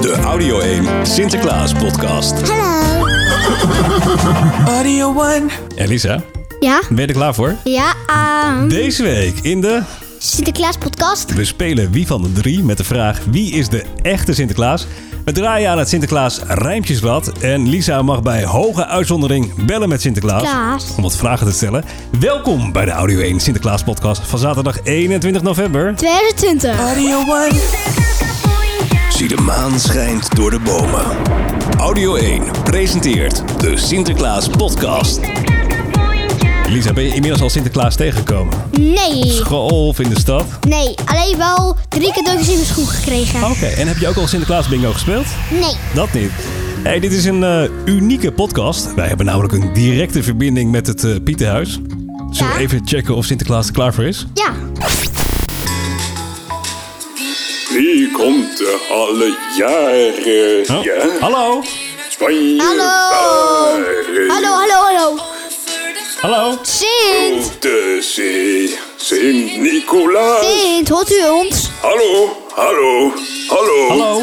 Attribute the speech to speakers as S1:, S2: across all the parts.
S1: De Audio 1 Sinterklaas podcast.
S2: Hallo.
S3: Audio One.
S1: Elisa,
S2: Ja?
S1: ben je er klaar voor?
S2: Ja, ehm,
S1: Deze week in de...
S2: Sinterklaas podcast.
S1: We spelen Wie van de Drie met de vraag wie is de echte Sinterklaas? We draaien aan het Sinterklaas Rijmpjesrad. En Lisa mag bij hoge uitzondering bellen met Sinterklaas.
S2: Klaas.
S1: Om wat vragen te stellen. Welkom bij de Audio 1 Sinterklaas podcast van zaterdag 21 november.
S2: 2020.
S3: Audio One.
S1: Zie de maan schijnt door de bomen. Audio 1 presenteert de Sinterklaas podcast. Lisa, ben je inmiddels al Sinterklaas tegengekomen?
S2: Nee.
S1: School of in de stad?
S2: Nee, alleen wel drie cadeautjes in mijn schoen gekregen.
S1: Oké, en heb je ook al Sinterklaas bingo gespeeld?
S2: Nee.
S1: Dat niet. Hey, dit is een eh, unieke podcast. Wij hebben namelijk een directe verbinding met het eh, Pietenhuis. Zullen
S2: Ja.
S1: we even checken of Sinterklaas er klaar voor is?
S2: Ja.
S4: Wie komt er alle jaren?
S1: Oh.
S4: Ja,
S1: Hallo?
S4: van je
S2: Hallo. Hallo, hallo, hallo.
S1: Hallo?
S2: Sint.
S4: Op de zee, Sint-Nicolaas.
S2: Sint, hoort u ons?
S4: Hallo, hallo, hallo.
S1: Hallo?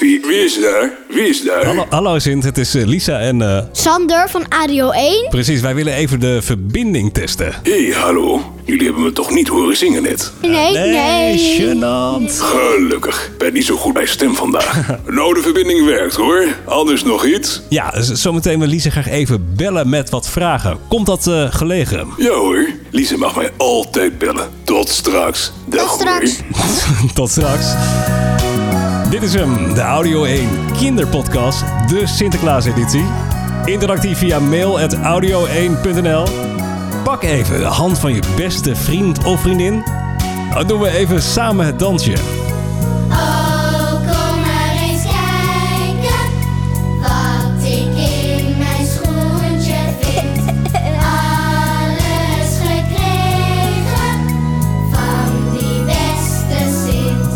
S4: Wie, wie is daar? Wie is daar?
S1: Hallo, hallo Sint, het is eh, Lisa en... eh,
S2: Sander van Radio 1.
S1: precies, wij willen even de verbinding testen.
S4: Hé, hallo. Jullie hebben me toch niet horen zingen net?
S2: Nee, nee.
S1: gênant.
S4: Gelukkig. Ik ben niet zo goed bij stem vandaag. nou, de verbinding werkt hoor. Anders nog iets?
S1: Ja, z- zometeen wil Lisa graag even bellen met wat vragen. Komt dat eh, gelegen?
S4: Ja hoor. Lise mag mij altijd bellen. Tot straks. Dag
S2: Tot straks.
S4: hoor.
S1: Tot straks. Dit is hem, de Audio 1 Kinderpodcast, de Sinterklaas-editie. Interactief via mail at audio1.nl. Pak even de hand van je beste vriend of vriendin. Dan doen we even samen het dansje.
S5: Oh, kom maar eens kijken wat ik in mijn schoentje vind. Alles gekregen van die beste Sint.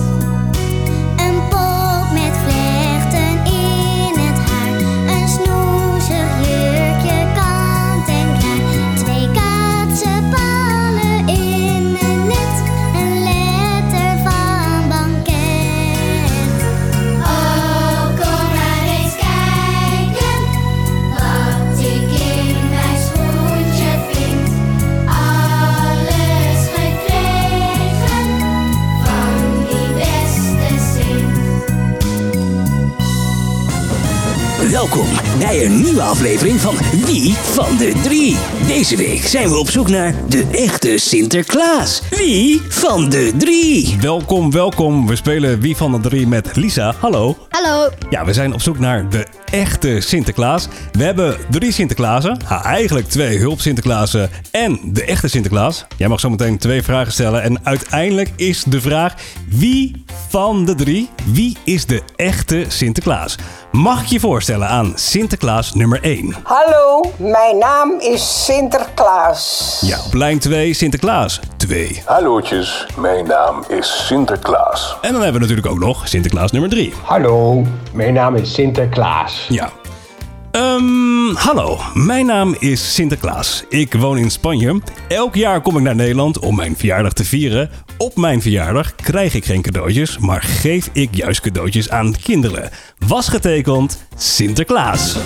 S5: Een pop met vlechten in het haar, een snoezig jurkje kant en klaar, twee katzenpalen in een net, een letter van banket. Oh, kom maar eens kijken wat ik in mijn schoentje vind. Alles gekregen van die beste zin.
S6: Welkom bij een nieuwe aflevering van Wie van de Drie. Deze week zijn we op zoek naar de echte Sinterklaas. Wie van de Drie?
S1: Welkom, welkom. We spelen Wie van de Drie met Lisa. Hallo.
S2: Hallo.
S1: Ja, we zijn op zoek naar de echte Sinterklaas. We hebben drie Sinterklaasen. Ah, eigenlijk twee hulp Sinterklaasen en de echte Sinterklaas. Jij mag zometeen twee vragen stellen. En uiteindelijk is de vraag: wie van de drie, wie is de echte Sinterklaas? Mag ik je voorstellen aan Sinterklaas nummer 1?
S7: Hallo, mijn naam is Sinterklaas.
S1: Ja, op lijn 2 Sinterklaas 2.
S4: Hallootjes, mijn naam is Sinterklaas.
S1: En dan hebben we natuurlijk ook nog Sinterklaas nummer 3.
S8: Hallo, mijn naam is Sinterklaas.
S1: Ja. Ehm, hallo, mijn naam is Sinterklaas. Ik woon in Spanje. Elk jaar kom ik naar Nederland om mijn verjaardag te vieren. Op mijn verjaardag krijg ik geen cadeautjes, maar geef ik juist cadeautjes aan kinderen. Was getekend Sinterklaas.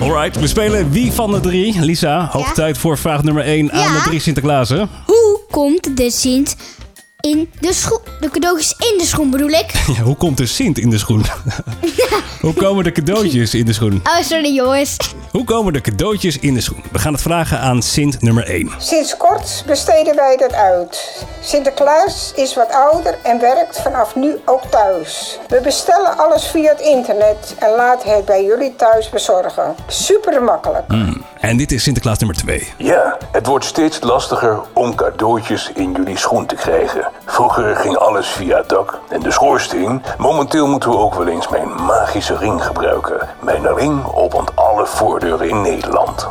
S1: Alright, we spelen Wie van de Drie. Lisa, hoog
S2: Ja?
S1: tijd voor vraag nummer 1 aan
S2: Ja?
S1: de drie Sinterklaasen.
S2: Hoe komt de Sint in de schoen? De cadeautjes in de schoen bedoel ik.
S1: Ja, hoe komt de Sint in de schoen? hoe komen de cadeautjes in de schoen?
S2: Oh, sorry jongens.
S1: Hoe komen de cadeautjes in de schoen? We gaan het vragen aan Sint nummer 1.
S7: Sinds kort besteden wij dat uit. Sinterklaas is wat ouder en werkt vanaf nu ook thuis. We bestellen alles via het internet en laten het bij jullie thuis bezorgen. Super makkelijk.
S1: En dit is Sinterklaas nummer 2.
S4: Ja, het wordt steeds lastiger om cadeautjes in jullie schoen te krijgen. Vroeger ging alles via het dak en de schoorsteen. Momenteel moeten we ook wel eens mijn magische ring gebruiken. Mijn ring opent alle voordeuren in Nederland.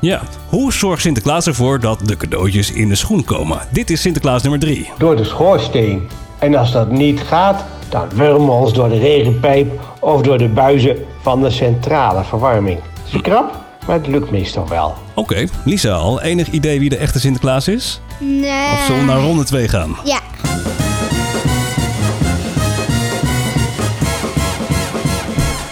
S1: Ja, hoe zorgt Sinterklaas ervoor dat de cadeautjes in de schoen komen? Dit is Sinterklaas nummer 3.
S8: Door de schoorsteen. En als dat niet gaat, dan wurmen we ons door de regenpijp of door de buizen van de centrale verwarming. Het is krap, maar het lukt meestal wel.
S1: Oké, Lisa, al enig idee wie de echte Sinterklaas is?
S2: Nee.
S1: Of zullen we naar ronde 2 gaan?
S2: Ja.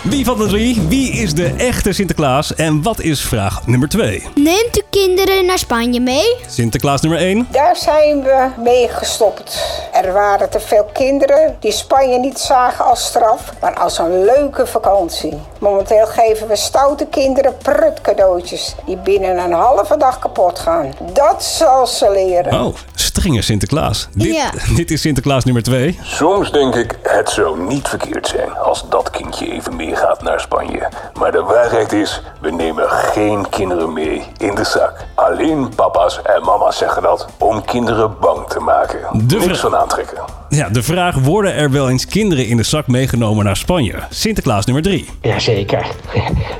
S1: Wie van de drie? Wie is de echte Sinterklaas? En wat is vraag nummer 2?
S2: Neemt u kinderen naar Spanje mee?
S1: Sinterklaas nummer 1.
S7: Daar zijn we mee gestopt. Er waren te veel kinderen die Spanje niet zagen als straf, maar als een leuke vakantie. Momenteel geven we stoute kinderen prutcadeautjes die binnen een halve dag kapot gaan. Dat zal ze leren.
S1: Oh, strenge Sinterklaas. Dit,
S2: Ja.
S1: dit is Sinterklaas nummer 2.
S4: Soms denk ik, het zou niet verkeerd zijn als dat kindje even meegaat naar Spanje. Maar de waarheid is, we nemen geen kinderen mee in de zak. Alleen papa's en mama's zeggen dat om kinderen bang te maken.
S1: De
S4: Niks
S1: vra-
S4: van aantrekken.
S1: Ja, de vraag: worden er wel eens kinderen in de zak meegenomen naar Spanje? Sinterklaas nummer 3.
S8: Jazeker.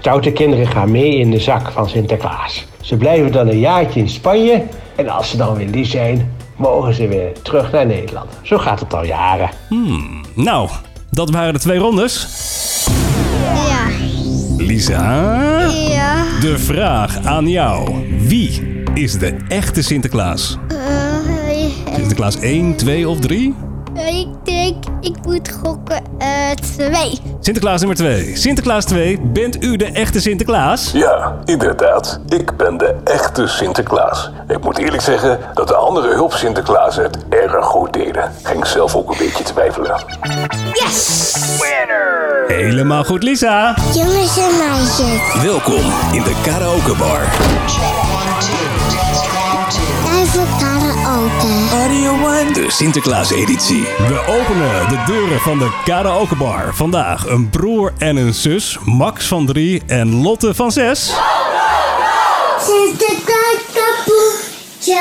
S8: Zoute kinderen gaan mee in de zak van Sinterklaas. Ze blijven dan een jaartje in Spanje en als ze dan weer lief zijn, mogen ze weer terug naar Nederland. Zo gaat het al jaren.
S1: Nou, dat waren de twee rondes.
S2: Ja.
S1: Lisa,
S2: Ja.
S1: de vraag aan jou: wie is de echte Sinterklaas? Sinterklaas 1, 2 of 3?
S2: Eh, ik denk, ik moet gokken eh twee.
S1: Sinterklaas nummer 2. Sinterklaas 2, bent u de echte Sinterklaas?
S4: Ja, inderdaad. Ik ben de echte Sinterklaas. Ik moet eerlijk zeggen dat de andere hulp Sinterklaas het erg goed deden. Ging zelf ook een beetje twijfelen.
S2: Yes!
S1: Helemaal goed, Lisa.
S2: Jongens en meisjes,
S6: Welkom in de karaokebar.
S2: even karaoke.
S6: Audio One. De Sinterklaas editie.
S1: We openen de deuren van de karaokebar. Vandaag een broer en een zus, Max van 3 en Lotte van 6.
S5: Sinterklaas kapoetje,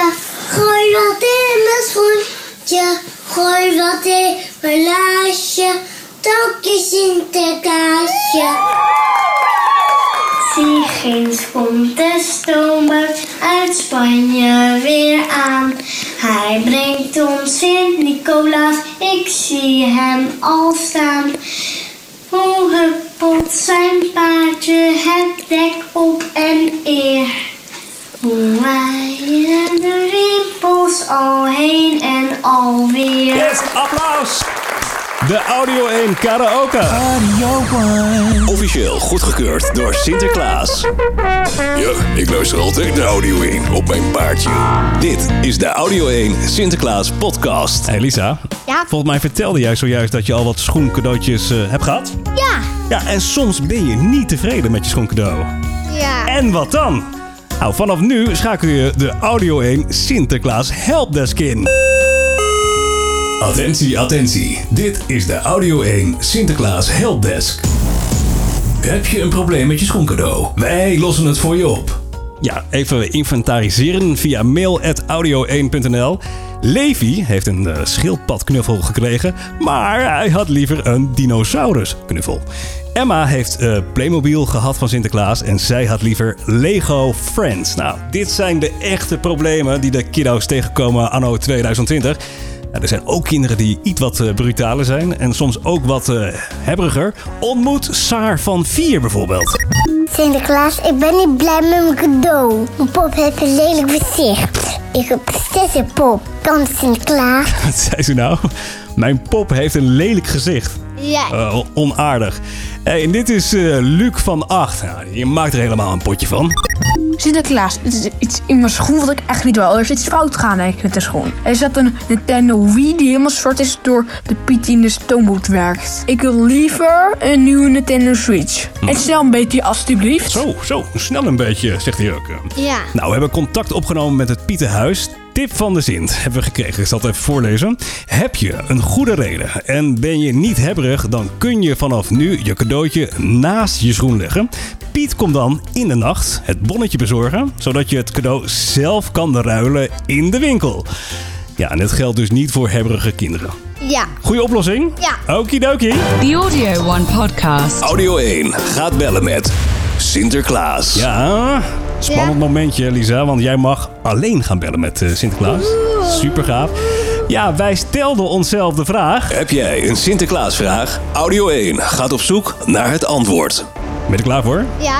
S5: gooi wat in mijn schoentje, gooi wat in mijn laasje, dank je Sinterklaasje. Zie ginds komt de stoomboot uit Spanje weer aan. Hij brengt ons Sint-Nicolaas, ik zie hem al staan. Hoe huppelt zijn paardje het dek op en eer. Hoe waaien de rimpels al heen en alweer.
S1: Yes, applaus! De Audio 1 Karaoke.
S6: Officieel goedgekeurd door Sinterklaas.
S4: Ja, ik luister altijd naar Audio 1 op mijn paardje.
S6: Dit is de Audio 1 Sinterklaas podcast.
S1: Hey Lisa,
S2: Ja?
S1: volgens mij vertelde jij zojuist dat je al wat schoencadeautjes eh, hebt gehad.
S2: Ja.
S1: Ja, en soms ben je niet tevreden met je schoencadeau.
S2: Ja.
S1: En wat dan? Nou, vanaf nu schakel je de Audio 1 Sinterklaas Helpdesk in. Attentie, attentie. Dit is de Audio 1 Sinterklaas Helpdesk. Heb je een probleem met je schoencadeau? Wij lossen het voor je op. Ja, even inventariseren via mail at audio1.nl. Levi heeft een eh, schildpadknuffel gekregen, maar hij had liever een dinosaurusknuffel. Emma heeft eh, Playmobil gehad van Sinterklaas en zij had liever Lego Friends. Nou, dit zijn de echte problemen die de kiddo's tegenkomen anno 2020. Ja, er zijn ook kinderen die iets wat eh, brutaler zijn en soms ook wat eh hebberiger. Ontmoet Saar van 4 bijvoorbeeld.
S3: Sinterklaas, ik ben niet blij met mijn cadeau. Mijn pop heeft een lelijk gezicht. Ik heb prinsessenpop. Kan Sinterklaas?
S1: Wat zei ze nou? Mijn pop heeft een lelijk gezicht.
S2: Ja.
S1: Eh, on- onaardig. Hey, en dit is eh, Luc van 8. Nou, je maakt er helemaal een potje van.
S9: Sinterklaas, het is iets in mijn schoen wat ik echt niet wil. Er is iets fout gaan denk ik met de schoen. Er zat een Nintendo Wii die helemaal zwart is door de Piet die in de stoomboot werkt. Ik wil liever een nieuwe Nintendo Switch. En snel een beetje alstublieft.
S1: Hm. Zo, zo, snel een beetje, zegt hij ook.
S2: Ja.
S1: Nou, we hebben contact opgenomen met het Pietenhuis. Tip van de Sint hebben we gekregen. Ik zal het even voorlezen. Heb je een goede reden en ben je niet hebberig, dan kun je vanaf nu je cadeautje naast je schoen leggen. Piet komt dan in de nacht het bonnetje bezorgen, zodat je het cadeau zelf kan ruilen in de winkel. Ja, en dit geldt dus niet voor hebberige kinderen.
S2: Ja.
S1: Goeie oplossing?
S2: Ja.
S1: Okidoki.
S10: The Audio One podcast.
S6: Audio 1 gaat bellen met Sinterklaas.
S1: Ja, spannend momentje Lisa, want jij mag alleen gaan bellen met eh, Sinterklaas. Super gaaf. Ja, wij stelden onszelf de vraag.
S6: Heb jij een Sinterklaasvraag? Audio 1 gaat op zoek naar het antwoord.
S1: Ben je er klaar voor?
S2: Ja.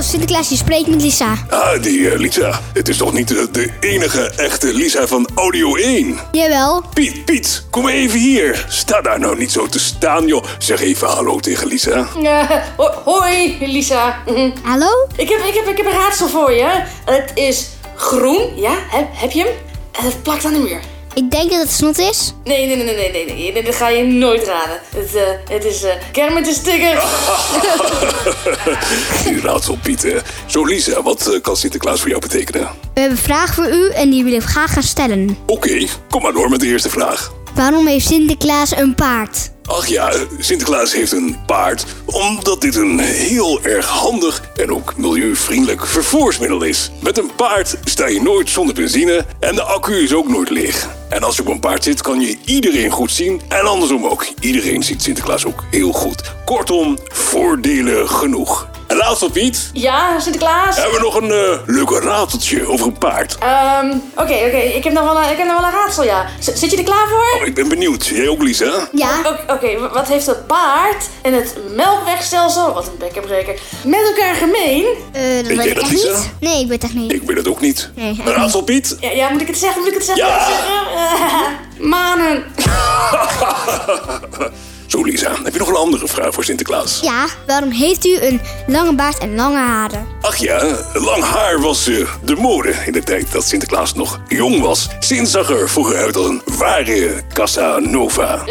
S2: Sinterklaas, je spreekt met Lisa.
S4: Ah, die eh, Lisa. Het is toch niet eh, de enige echte Lisa van Audio 1?
S2: Jawel.
S4: Piet, Piet, kom even hier. Sta daar nou niet zo te staan, joh. Zeg even hallo tegen Lisa.
S11: Eh, ho- hoi, Lisa. Mhm.
S2: Hallo?
S11: Ik heb, ik, heb, ik heb een raadsel voor je. Het is groen, ja? Heb, heb je hem? En het plakt aan de muur.
S2: Ik denk dat het snot is.
S11: Nee, nee, nee, nee, nee, nee, nee. Dat ga je nooit raden. Het, eh, het is eh Kermit de
S1: Oh.
S11: Sticker.
S4: Die raadsel, Piet. hè. Zo, Lisa, wat eh, kan Sinterklaas voor jou betekenen?
S2: We hebben een vraag voor u en die wil ik graag gaan stellen.
S4: Oké, kom maar door met de eerste vraag.
S2: Waarom heeft Sinterklaas een paard?
S4: Ach ja, Sinterklaas heeft een paard omdat dit een heel erg handig en ook milieuvriendelijk vervoersmiddel is. Met een paard sta je nooit zonder benzine en de accu is ook nooit leeg. En als je op een paard zit kan je iedereen goed zien en andersom ook. Iedereen ziet Sinterklaas ook heel goed. Kortom, voordelen genoeg. En laatst op Piet,
S11: Ja, Sinterklaas.
S4: hebben we nog een eh, leuke rateltje over een paard.
S11: Ehm, Oké, oké. Ik heb nog wel een- ik heb nog wel een raadsel, ja. Z- zit je er klaar voor?
S4: Oh, Ik ben benieuwd, jij ook Lisa?
S2: Ja.
S11: Oké, oké, w- wat heeft het paard en het melkwegstelsel, wat een bekkenbreker, met elkaar gemeen?
S2: Eh, dat weet
S4: jij
S2: ik
S4: dat,
S2: echt
S4: Lisa?
S2: niet. Nee, ik weet het echt niet.
S4: Ik weet het ook niet.
S2: Nee,
S4: Een
S2: eigenlijk niet.
S4: Raadsel Piet?
S11: Ja, ja, moet ik het zeggen? Moet ik het zeggen?
S4: Ja!
S11: Moet ik het zeggen? Manen.
S4: Zo Lisa, heb je nog een andere vraag voor Sinterklaas?
S2: Ja, waarom heeft u een lange baard en lange haren?
S4: Ach ja, lang haar was eh, de mode in de tijd dat Sinterklaas nog jong was. Sinds zag er vroeger uit als een ware Casanova.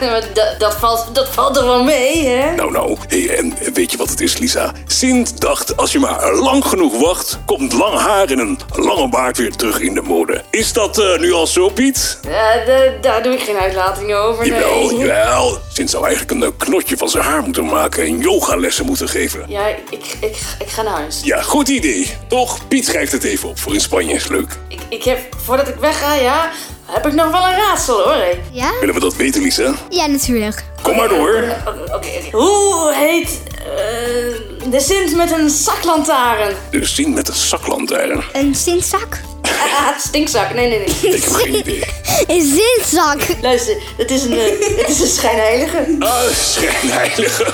S11: Maar dat- dat, valt, dat valt er wel mee, hè?
S4: Nou nou, hey, en weet je wat het is Lisa? Sint dacht als je maar lang genoeg wacht, komt lang haar en een lange baard weer terug in de mode. Is dat eh, nu al zo Piet?
S11: Ja, d- Eh, daar doe ik geen uitlatingen over,
S4: Jawel,
S11: nee.
S4: Oh, jawel. Sint zou eigenlijk een eh, knotje van zijn haar moeten maken en yogalessen moeten geven.
S11: Ja, ik, ik, ik, ik ga naar huis.
S4: Ja, goed idee. Toch? Piet schrijft het even op voor in Spanje is leuk.
S11: Ik, ik heb, voordat ik wegga, ja, heb ik nog wel een raadsel, hoor. hè.
S2: Ja?
S4: Willen we dat weten Lisa?
S2: Ja, natuurlijk.
S4: Kom maar door.
S11: Oké, oké. oké. Hoe heet eh, de Sint met een zaklantaarn?
S4: Dus zien met een zaklantaarn.
S2: Een zintzak?
S11: Ah, stinkzak. Nee, nee, nee.
S4: Ik heb geen idee.
S2: Een zintzak!
S11: Luister, het is een, eh, het is een schijnheilige.
S4: Ah, schijnheilige.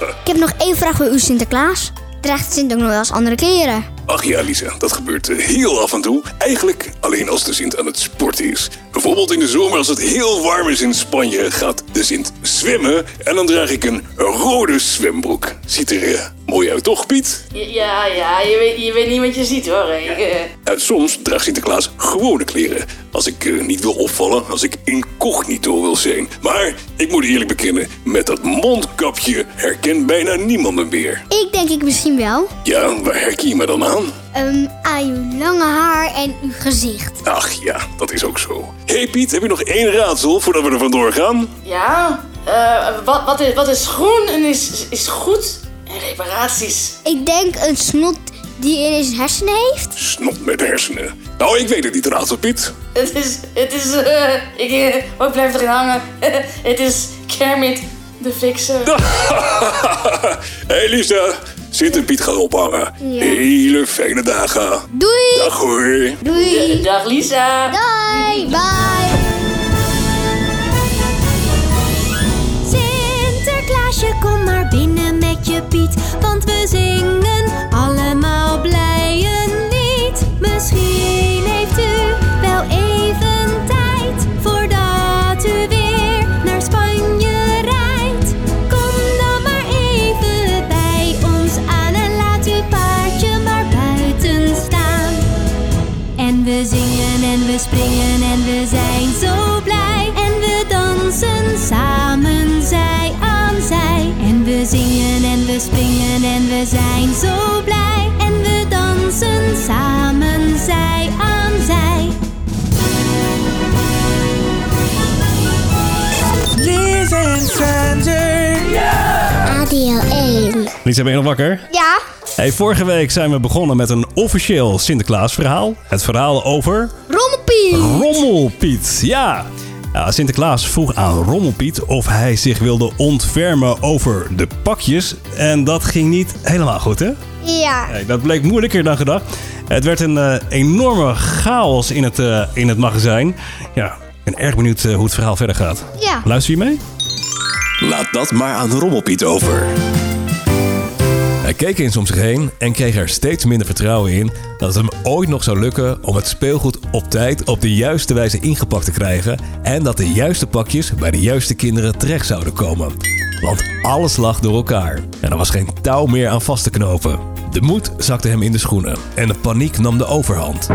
S2: Ik heb nog één vraag voor u, Sinterklaas. Draagt Sint ook nog wel eens andere kleren?
S4: Ach ja, Lisa, dat gebeurt eh, heel af en toe. Eigenlijk alleen als de Sint aan het sporten is. Bijvoorbeeld in de zomer als het heel warm is in Spanje... gaat de Sint zwemmen en dan draag ik een rode zwembroek. Ziet er eh, mooi uit, toch, Piet?
S11: Ja, ja, je weet, je weet niet wat je ziet hoor. Ik, eh,
S4: En soms draagt Sinterklaas gewone kleren. Als ik eh, niet wil opvallen, als ik incognito wil zijn. Maar ik moet eerlijk bekennen, met dat mondkapje herkent bijna niemand me meer.
S2: Ik denk ik misschien wel.
S4: Ja, waar herken je me dan aan?
S2: Ehm, aan uw lange haar en uw gezicht.
S4: Ach ja, dat is ook zo. hey Piet, heb je nog één raadsel voordat we er vandoor gaan?
S11: ja, eh, wat, wat, is, wat is groen en is, is goed? En reparaties.
S2: Ik denk een snot die in zijn hersenen heeft.
S4: Snot met hersenen. Nou, ik weet het niet, raadsel Piet.
S11: Het is, het is, eh, ik, eh, oh, ik blijf erin hangen. het is Kermit de Fixer.
S4: Hé hey Lisa, Sint en Piet gaan ophangen. Hele fijne dagen.
S2: Doei!
S4: Dag hoor.
S2: Doei!
S11: Dag Lisa.
S2: Doei! Bye!
S12: Sinterklaasje, kom maar binnen met je Piet. Want we zingen allemaal blij een lied. Misschien heeft u wel even tijd voordat u weer naar Spanje rijdt. Kom dan maar even bij ons aan en laat uw paardje maar buiten staan. En we zingen en we springen en we zijn zo blij. En we dansen samen zij aan zij. En we zingen en we springen en we zijn zo blij. En we dansen samen zij aan zij.
S6: Liz en
S3: ADL 1.
S1: Lisa, ben je nog wakker?
S2: Ja?
S1: Hey, vorige week zijn we begonnen met een officieel Sinterklaas verhaal. Het verhaal over
S2: Rommelpie!
S1: Rommelpiet. Ja. Ja, Sinterklaas vroeg aan Rommelpiet of hij zich wilde ontfermen over de pakjes. En dat ging niet helemaal goed, hè?
S2: Ja.
S1: Nee, dat bleek moeilijker dan gedacht. Het werd een eh, enorme chaos in het, eh, in het magazijn. Ja, ik ben erg benieuwd eh, hoe het verhaal verder gaat.
S2: Ja.
S1: Luister je mee?
S4: Laat dat maar aan Rommelpiet over.
S1: Hij keek eens om zich heen en kreeg er steeds minder vertrouwen in dat het hem ooit nog zou lukken om het speelgoed op tijd op de juiste wijze ingepakt te krijgen en dat de juiste pakjes bij de juiste kinderen terecht zouden komen. Want alles lag door elkaar en er was geen touw meer aan vast te knopen. De moed zakte hem in de schoenen en de paniek nam de overhand.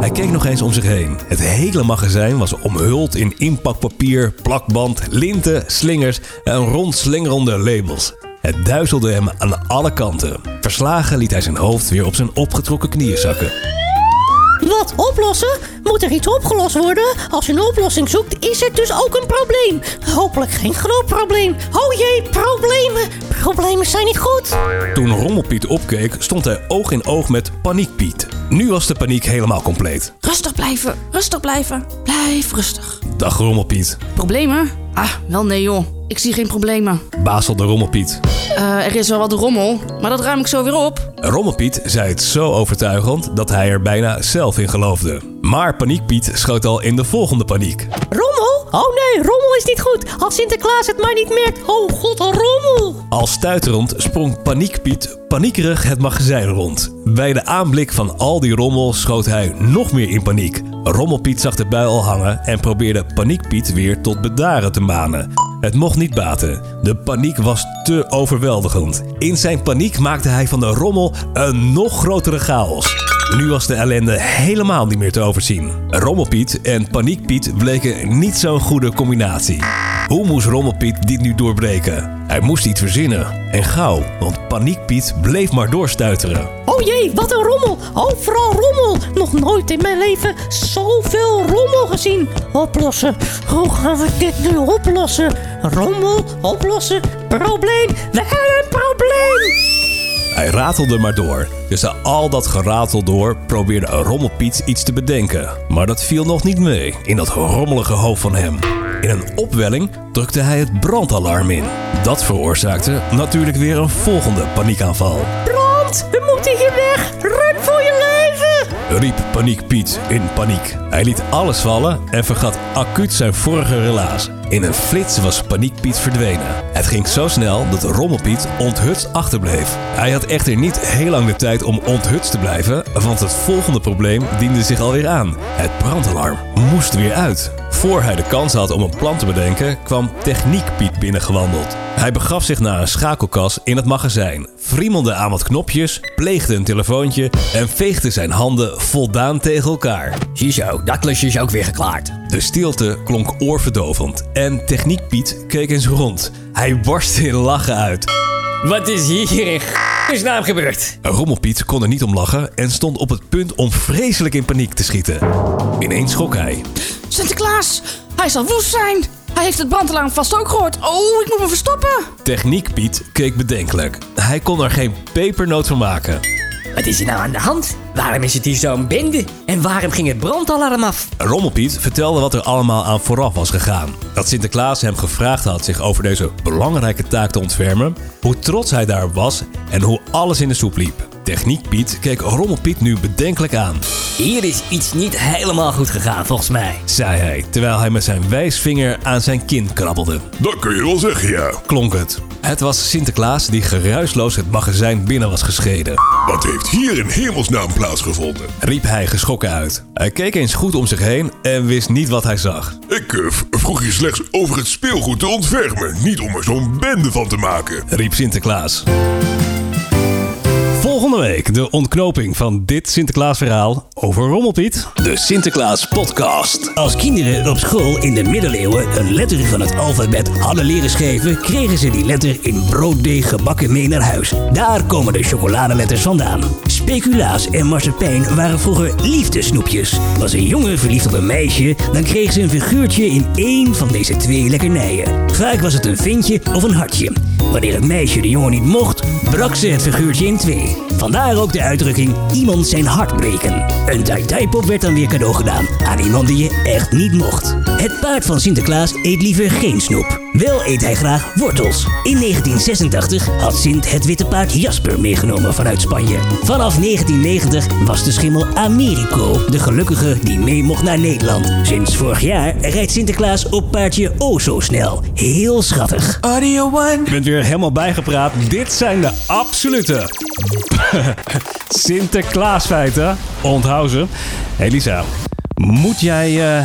S1: Hij keek nog eens om zich heen. Het hele magazijn was omhuld in inpakpapier, plakband, linten, slingers en rondslingerende labels. Het duizelde hem aan alle kanten. Verslagen liet hij zijn hoofd weer op zijn opgetrokken knieën zakken.
S13: Wat oplossen? Moet er iets opgelost worden? Als je een oplossing zoekt, is er dus ook een probleem. Hopelijk geen groot probleem. Oh jee, problemen. Problemen zijn niet goed.
S1: Toen Rommelpiet opkeek, stond hij oog in oog met Paniekpiet. Nu was de paniek helemaal compleet.
S14: Rustig blijven, rustig blijven. Blijf rustig.
S1: Dag Rommelpiet,
S14: Problemen? Ah, wel nee joh. Ik zie geen problemen.
S1: bazelde Rommelpiet.
S14: Eh, er is wel wat rommel, maar dat ruim ik zo weer op.
S1: Rommelpiet zei het zo overtuigend dat hij er bijna zelf in geloofde. Maar Paniekpiet schoot al in de volgende paniek.
S13: Rommel? Oh nee, rommel is niet goed. Als Sinterklaas het maar niet merkt. Oh god, een rommel.
S1: Al stuiterend sprong Paniekpiet paniekerig het magazijn rond. Bij de aanblik van al die rommel schoot hij nog meer in paniek. Rommelpiet zag de bui al hangen en probeerde Paniekpiet weer tot bedaren te manen. Het mocht niet baten. De paniek was te overweldigend. In zijn paniek maakte hij van de rommel een nog grotere chaos. Nu was de ellende helemaal niet meer te overzien. Rommelpiet en Paniekpiet bleken niet zo'n goede combinatie. Hoe moest Rommelpiet dit nu doorbreken? Hij moest iets verzinnen. En gauw, want Paniekpiet bleef maar doorstuiteren.
S13: Oh jee, wat een rommel! Overal rommel! Nog nooit in mijn leven zoveel rommel gezien! Oplossen! Hoe gaan we dit nu oplossen? Rommel, oplossen, probleem! We hebben een probleem!
S1: Hij ratelde maar door. Dus na al dat geratel door probeerde Rommelpiet iets te bedenken. Maar dat viel nog niet mee in dat rommelige hoofd van hem. In een opwelling drukte hij het brandalarm in. Dat veroorzaakte natuurlijk weer een volgende paniekaanval.
S13: Brand! We moeten hier weg! Run voor je leven!
S1: riep Paniek Piet in paniek. Hij liet alles vallen en vergat acuut zijn vorige relaas. In een flits was Paniek Piet verdwenen. Het ging zo snel dat Rommelpiet onthutst achterbleef. Hij had echter niet heel lang de tijd om onthutst te blijven, want het volgende probleem diende zich alweer aan. Het brandalarm moest weer uit. Voor hij de kans had om een plan te bedenken, kwam Techniek Piet binnengewandeld. Hij begaf zich naar een schakelkast in het magazijn, friemelde aan wat knopjes, pleegde een telefoontje en veegde zijn handen voldaan tegen elkaar. Ziezo, dat klusje is ook weer geklaard. De stilte klonk oorverdovend en Techniek Piet keek eens rond. Hij barstte in lachen uit.
S15: Wat is hier in godsnaam gebeurd?
S1: Rommelpiet kon er niet om lachen en stond op het punt om vreselijk in paniek te schieten. Ineens schrok hij.
S14: Sinterklaas, hij zal woest zijn. Hij heeft het brandalarm vast ook gehoord. Oh, ik moet me verstoppen.
S1: Techniek Piet keek bedenkelijk. Hij kon er geen pepernoot van maken.
S15: Wat is er nou aan de hand? Waarom is het hier zo'n bende? En waarom ging het brandalarm af?
S1: Rommelpiet vertelde wat er allemaal aan vooraf was gegaan. Dat Sinterklaas hem gevraagd had zich over deze belangrijke taak te ontfermen, hoe trots hij daarop was en hoe alles in de soep liep. Techniek Piet keek Rommelpiet nu bedenkelijk aan.
S15: Hier is iets niet helemaal goed gegaan volgens mij.
S1: zei hij, terwijl hij met zijn wijsvinger aan zijn kin krabbelde. Dat kun je wel zeggen, ja. Eh, Klonk het. Het was Sinterklaas die geruisloos het magazijn binnen was geschreden. Wat heeft hier in hemelsnaam plaatsgevonden? riep hij geschokken uit. Hij keek eens goed om zich heen en wist niet wat hij zag.
S16: Ik eh, v- vroeg je slechts over het speelgoed te ontfermen, niet om er zo'n bende van te maken.
S1: riep Sinterklaas. Volgende week de ontknoping van dit Sinterklaasverhaal over Rommelpiet. De Sinterklaas Podcast.
S6: Als kinderen op school in de middeleeuwen een letter van het alfabet hadden leren schrijven, kregen ze die letter in brooddeeg gebakken mee naar huis. Daar komen de chocoladeletters vandaan. Speculaas en marsepein waren vroeger liefdesnoepjes. Was een jongen verliefd op een meisje, dan kreeg ze een figuurtje in één van deze twee lekkernijen. Vaak was het een vinkje of een hartje. Wanneer het meisje de jongen niet mocht, brak ze het figuurtje in twee. Vandaar ook de uitdrukking iemand zijn hart breken. Een tai-tai-pop werd dan weer cadeau gedaan aan iemand die je echt niet mocht. Het paard van Sinterklaas eet liever geen snoep. Wel eet hij graag wortels. In 1986 had Sint het witte paard Jasper meegenomen vanuit Spanje. Vanaf 1990 was de schimmel Americo de gelukkige die mee mocht naar Nederland. Sinds vorig jaar rijdt Sinterklaas op paardje O zo snel. Heel schattig.
S1: Audio One. Je bent weer helemaal bijgepraat. Dit zijn de absolute Sinterklaasfeiten. Onthoud ze. Hey Lisa, moet jij eh,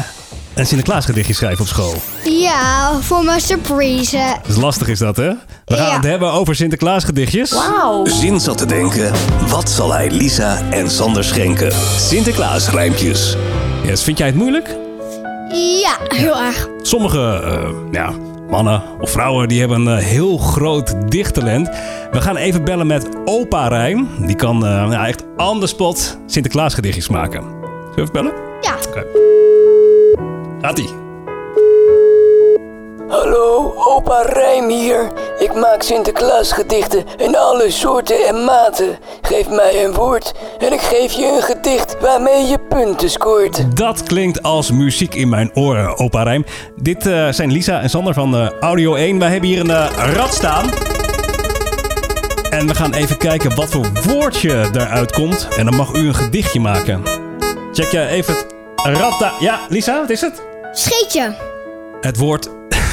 S1: een Sinterklaasgedichtje schrijven op school?
S2: Ja, voor mijn surprise.
S1: Dat is lastig is dat, hè? We gaan
S2: Ja.
S1: het hebben over Sinterklaasgedichtjes.
S2: Wauw.
S17: Zin zat te denken, wat zal hij Lisa en Sander schenken? Sinterklaas rijmpjes.
S1: Yes, vind jij het moeilijk?
S2: Ja, heel erg.
S1: Sommige eh, ja, mannen of vrouwen die hebben een eh, heel groot dichttalent. We gaan even bellen met opa Rijn. Die kan eh, nou, echt on the spot Sinterklaasgedichtjes maken. Zullen we even bellen?
S2: Ja.
S1: Oké. Gaat-ie.
S18: Hallo, opa Rijn hier. Ik maak Sinterklaasgedichten in alle soorten en maten. Geef mij een woord en ik geef je een gedicht waarmee je punten scoort.
S1: Dat klinkt als muziek in mijn oren, opa Rijm. Dit eh, zijn Lisa en Sander van eh, Audio 1. Wij hebben hier een eh, rad staan. En we gaan even kijken wat voor woordje daaruit komt. En dan mag u een gedichtje maken. Check je even het rad daar. Ja, Lisa, wat is het?
S2: Scheetje.
S1: Het woord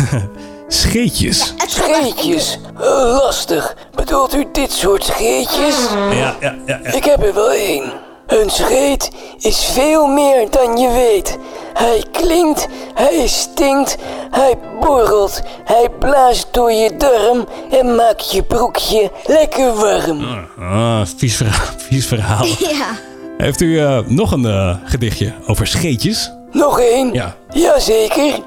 S1: scheetjes.
S18: Scheetjes, Eh, lastig. Bedoelt u dit soort scheetjes?
S1: Ja, ja, ja. ja.
S18: Ik heb er wel één. Een scheet is veel meer dan je weet. Hij klinkt, hij stinkt, hij borrelt, hij blaast door je darm en maakt je broekje lekker warm.
S1: Ah, vies verhaal. Vies verhaal.
S2: Ja.
S1: Heeft u eh, nog een eh, gedichtje over scheetjes?
S18: Nog één?
S1: Ja.
S18: Jazeker.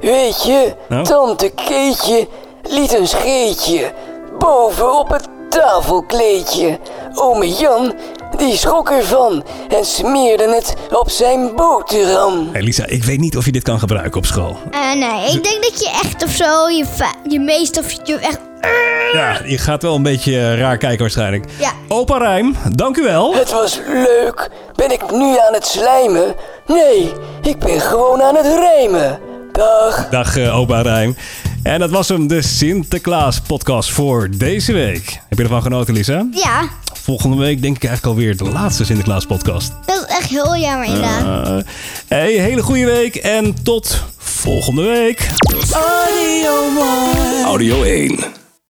S18: Weet je,
S1: Nou?
S18: tante Keetje liet een scheetje boven op het tafelkleedje. Ome Jan, die schrok ervan en smeerde het op zijn boterham.
S1: Hey Lisa, ik weet niet of je dit kan gebruiken op school.
S2: Eh, nee, ik denk dat je echt of zo, je, fa- je meest of je echt...
S1: Ja, je gaat wel een beetje eh, raar kijken waarschijnlijk.
S2: Ja.
S1: Opa Rijm, dank u wel.
S18: Het was leuk. Ben ik nu aan het slijmen? Nee, ik ben gewoon aan het rijmen. Dag.
S1: Dag eh, opa Rijm. En dat was hem, de Sinterklaas podcast voor deze week. Heb je ervan genoten, Lisa?
S2: Ja,
S1: Volgende week denk ik eigenlijk alweer de laatste Sinterklaas podcast. Eh,
S2: dat is echt heel jammer inderdaad.
S1: hey, hele goede week en tot volgende week.
S12: Audio One.
S1: Audio 1.